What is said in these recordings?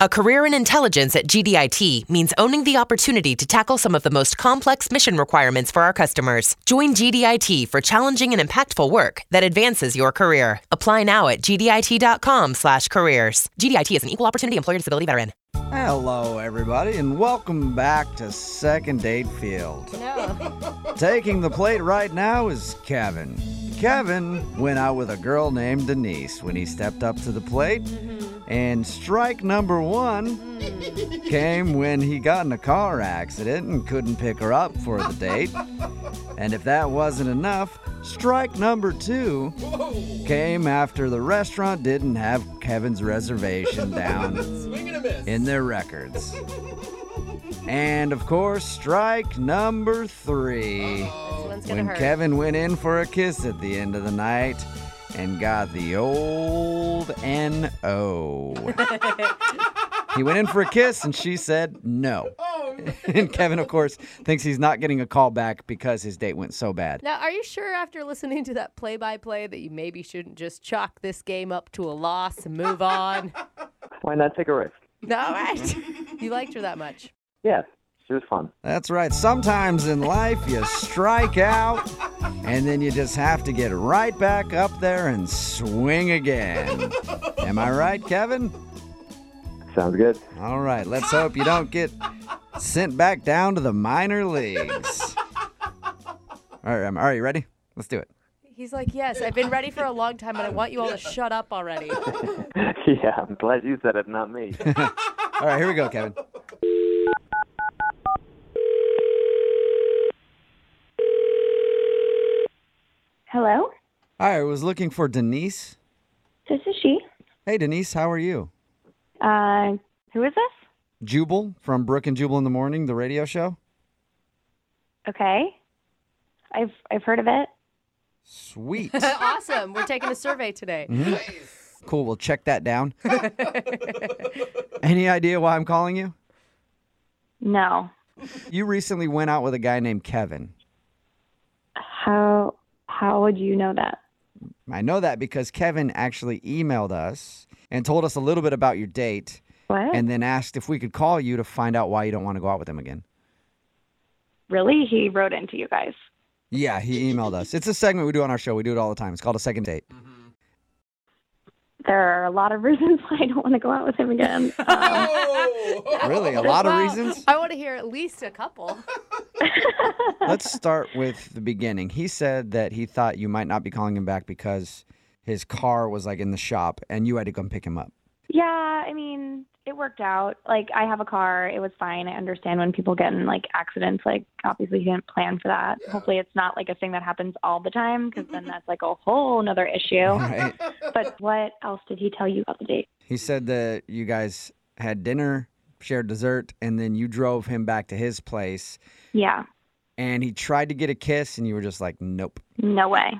A career in intelligence at GDIT means owning the opportunity to tackle some of the most complex mission requirements for our customers. Join GDIT for challenging and impactful work that advances your career. Apply now at gdit.com/careers. GDIT is an equal opportunity employer disability veteran. Hello, everybody, and welcome back to Second Date Field. Taking the plate right now is Kevin. Kevin went out with a girl named Denise when he stepped up to the plate, and strike number one came when he got in a car accident and couldn't pick her up for the date. And if that wasn't enough, strike number two came after the restaurant didn't have Kevin's reservation down in their records. and of course, strike number 3 one's gonna when hurt. Kevin went in for a kiss at the end of the night and got the old N.O. he went in for a kiss and she said no. Oh, and Kevin, of course, thinks he's not getting a call back because his date went so bad. Now, are you sure after listening to that play by play that you maybe shouldn't just chalk this game up to a loss and move on? Why not take a risk? All right. You liked her that much. Yeah, she was fun. That's right. Sometimes in life you strike out and then you just have to get right back up there and swing again. Am I right, Kevin? Sounds good. All right, let's hope you don't get sent back down to the minor leagues. All right, um, all right, you ready? Let's do it. He's like, Yes, I've been ready for a long time and I want you all to shut up already. yeah, I'm glad you said it, not me. All right, here we go, Kevin. Hello, Hi, I was looking for Denise. this is she. Hey, Denise, how are you? Uh, who is this? Jubal from Brook and Jubal in the Morning, the radio show. Okay, I've I've heard of it. Sweet. awesome. We're taking a survey today. cool, we'll check that down. Any idea why I'm calling you? No, You recently went out with a guy named Kevin. how how would you know that? I know that because Kevin actually emailed us and told us a little bit about your date What? and then asked if we could call you to find out why you don't want to go out with him again. really? He wrote into you guys. Yeah, he emailed us. It's a segment we do on our show. We do it all the time. It's called a second date. There are a lot of reasons why I don't want to go out with him again. Um, Really? A lot of Wow. reasons? I want to hear at least a couple. Let's start with the beginning. He said that he thought you might not be calling him back because his car was like in the shop and you had to come pick him up. yeah, I mean, it worked out. Like, I have a car. It was fine. I understand when people get in like accidents. Like, obviously, he didn't plan for that. Hopefully, it's not like a thing that happens all the time because then that's like a whole nother issue. Right? but what else did he tell you about the date? He said that you guys had dinner, shared dessert, and then you drove him back to his place Yeah, and he tried to get a kiss and you were just like, nope, no way.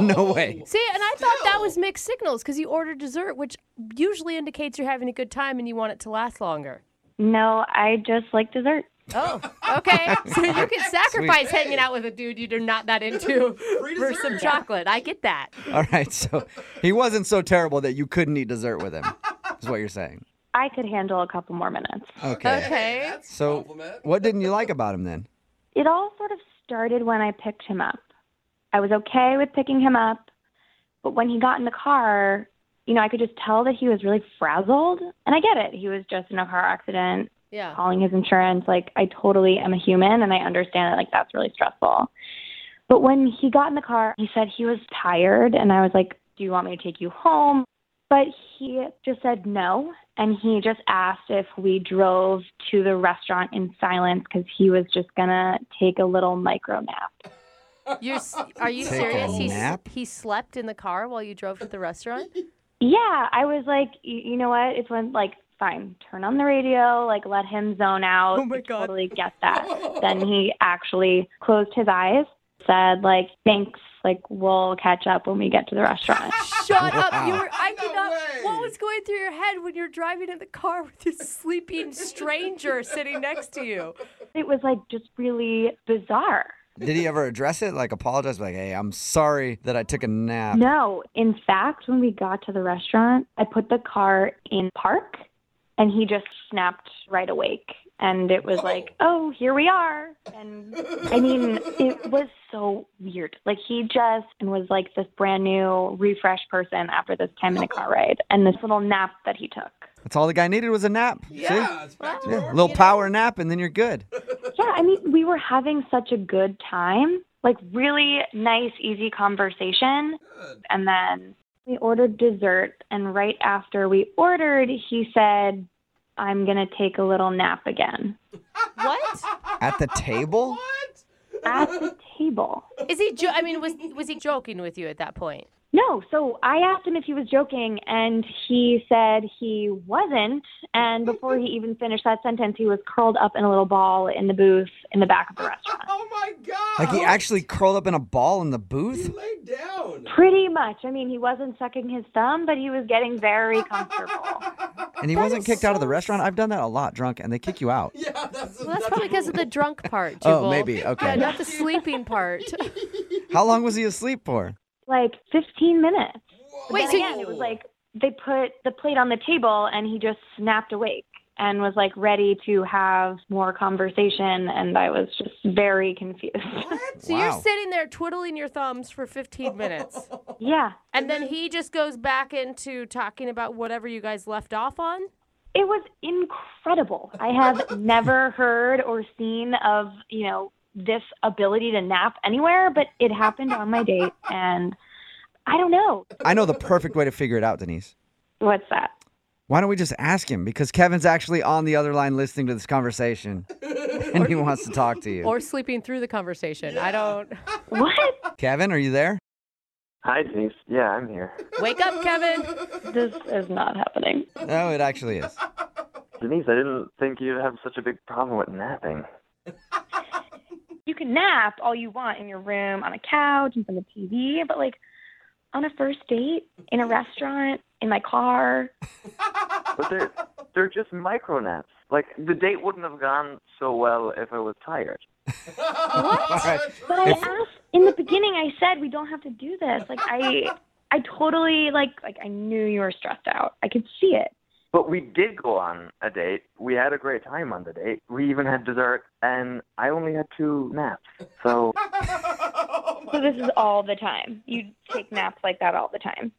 no way. See, and I thought that was mixed signals because you ordered dessert, which usually indicates you're having a good time and you want it to last longer. No, I just like dessert. Oh, okay. So you can sacrifice hanging out with a dude you're not that into for some chocolate. I get that. Oh. All right, so he wasn't so terrible that you couldn't eat dessert with him, is what you're saying. I could handle a couple more minutes. Oh. Okay. Okay. So, what didn't you like about him then? It all sort of started when I picked him up. I was okay with picking him up, but when he got in the car, you know, I could just tell that he was really frazzled. And I get it. He was just in a car accident, Yeah. calling his insurance. Like, I totally am a human and I understand that, like, that's really stressful. But when he got in the car, he said he was tired. And I was like, Do you want me to take you home? But he just said no. And he just asked if we drove to the restaurant in silence because he was just going to take a little micro nap. You're, s- are you Take a serious? He, s- nap? he slept in the car while you drove to the restaurant? Yeah, I was like, you, you know what? It's when like fine, turn on the radio, like let him zone out. Oh my I God. Totally get that. then he actually closed his eyes, said like, thanks, like we'll catch up when we get to the restaurant. Shut up. You were, I could not. What was going through your head when you're driving in the car with this sleeping stranger sitting next to you? it was like just really bizarre. Did he ever address it? Like, apologize? Like, hey, I'm sorry that I took a nap. No, in fact, when we got to the restaurant, I put the car in park And he just snapped right awake. And it was like, oh, here we are. And I mean, it was so weird. Like, he just was like this brand new, refreshed person after this 10 minute car ride and this little nap that he took. That's all the guy needed was a nap. Yeah, See? it's back to Yeah, normal. a little power nap, and then you're good. Yeah, I mean, we were having such a good time, like really nice, easy conversation. And then we ordered dessert, and right after we ordered, he said, I'm going to take a little nap again What? At the table? What? at the table. Is he? Jo- I mean, was was he joking with you at that point? No, so I asked him if he was joking, and he said he wasn't. And before he even finished that sentence, he was curled up in a little ball in the booth in the back of the restaurant. Oh my god! Like he actually curled up in a ball in the He booth? laid down. Pretty much. I mean, he wasn't sucking his thumb, but he was getting very comfortable. And he wasn't kicked out of the restaurant? I've done that a lot drunk, and they kick you out. Yeah, that's Well, that's probably because of the drunk part. Oh, Jubal. maybe. Okay. Yeah, not the sleeping part. How long was he asleep for? like 15 minutes. But Wait, then so again, you- it was like they put the plate on the table and he just snapped awake and was like ready to have more conversation and I was just very confused. So Wow. you're sitting there twiddling your thumbs for 15 minutes, yeah. and then he just goes back into talking about whatever you guys left off on. It was incredible. I have never heard or seen of, you know, this ability to nap anywhere, but it happened on my date and I don't know. I know the perfect way to figure it out, Denise. What's that? Why don't we just ask him? Because Kevin's actually on the other line listening to this conversation, and he wants to talk to you. Or sleeping through the conversation. I don't. What? Kevin, are you there? Hi, Denise. Yeah, I'm here. Wake up, Kevin. This is not happening. No, it actually is. Denise, I didn't think you'd have such a big problem with napping. you can nap all you want in your room on a couch in front of the TV, but like on a first date in a restaurant in my car. But they're they're just micro naps. Like the date wouldn't have gone so well if I was tired. All right. But I asked in the beginning. I said we don't have to do this. Like I, I totally like like I knew you were stressed out. I could see it. But we did go on a date. We had a great time on the date. We even had dessert, and I only had two naps. So Oh So this is all the time. You take naps like that all the time.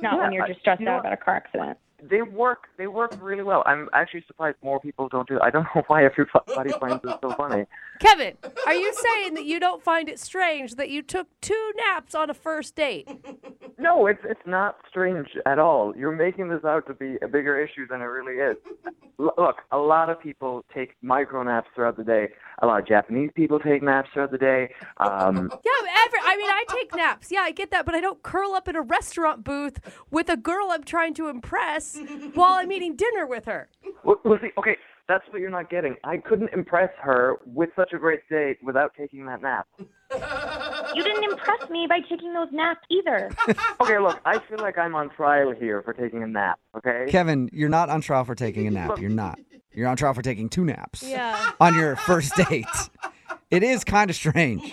Not when you're just stressed out about a car accident. they work. They work really well. I'm actually surprised more people don't do. It. I don't know why everybody finds it so funny. Kevin, are you saying that you don't find it strange that you took two naps on a first date? No, it's it's not strange at all. You're making this out to be a bigger issue than it really is. L- look, a lot of people take micro naps throughout the day. A lot of Japanese people take naps throughout the day. Um, Yeah, ever. I mean, I take naps. Yeah, I get that, but I don't curl up in a restaurant booth with a girl I'm trying to impress while I'm eating dinner with her. Well, well, see, okay, that's what you're not getting. I couldn't impress her with such a great date without taking that nap. You didn't impress me by taking those naps either. Okay, look, I feel like I'm on trial here for taking a nap, okay? Kevin, you're not on trial for taking a nap. You're not. You're on trial for taking two naps Yeah. on your first date. It is kind of strange.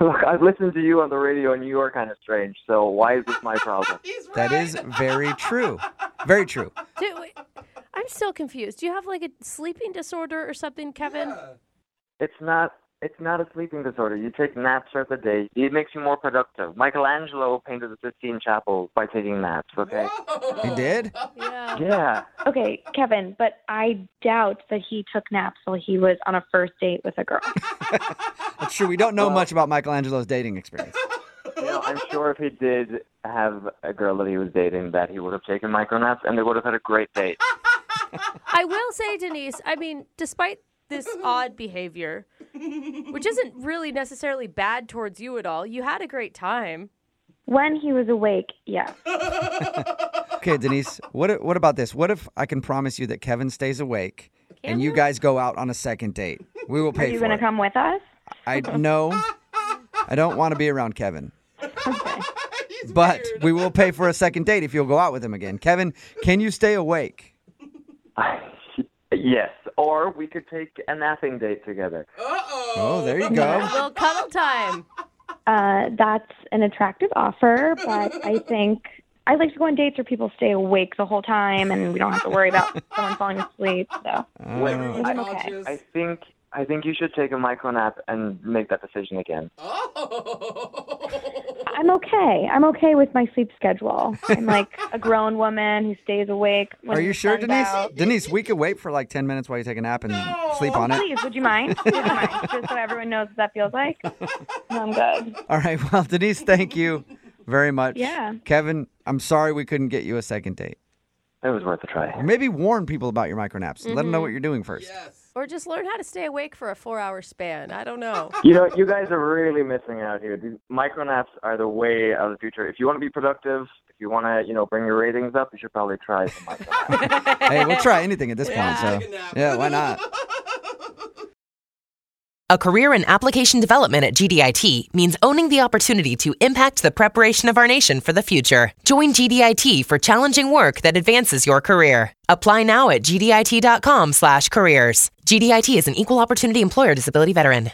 look, I've listened to you on the radio and you are kind of strange, so why is this my problem? He's right. That is very true. Very true. Do, wait, I'm still confused. Do you have like a sleeping disorder or something, Kevin? It's not. It's not a sleeping disorder. You take naps throughout the day. It makes you more productive. Michelangelo painted the Sistine Chapel by taking naps, okay? You did? Yeah. Yeah. Okay, Kevin, but I doubt that he took naps while he was on a first date with a girl. That's true. We don't know much about Michelangelo's dating experience. You know, I'm sure if he did have a girl that he was dating that he would have taken micro naps and they would have had a great date. I will say, Denise, I mean, despite this odd behavior, which isn't really necessarily bad towards you at all, you had a great time. When he was awake, yes. Okay, Denise, what i- what about this? What if I can promise you that Kevin stays awake and you you? guys go out on a second date? We will Are pay you for going to it. come with us? I no. I don't want to be around Kevin. But we will pay for a second date if you'll go out with him again. Kevin, can you stay awake? yes, or we could take a napping date together. Oh, there you go. Well, cuddle time. Uh, that's an attractive offer, but I think I like to go on dates where people stay awake the whole time and we don't have to worry about someone falling asleep. So Wait, Oh, I'm Oh, okay. just- I think I think you should take a micro nap and make that decision again. Oh. I'm okay. I'm okay with my sleep schedule. I'm like a grown woman who stays awake. When Are you the sure, sun's Denise? out. Denise, we could wait for like 10 minutes while you take a nap and sleep on it. Please, would you mind? Would you mind? Just so everyone knows what that feels like. No, I'm good. All right. Well, Denise, thank you very much. Yeah. Kevin, I'm sorry we couldn't get you a second date. It was worth a try. Maybe warn people about your micro naps. Let them know what you're doing first. Mm-hmm. Yes. Or just learn how to stay awake for a four hour span. I don't know. You know, you guys are really missing out here. These micro naps are the way of the future. If you want to be productive, if you want to, you know, bring your ratings up, you should probably try some micro naps. Hey, we'll try anything at this Yeah. point. Take a So, nap. yeah, why not? A career in application development at GDIT means owning the opportunity to impact the preparation of our nation for the future. Join GDIT for challenging work that advances your career. Apply now at gdit.com/careers. GDIT is an equal opportunity employer disability veteran.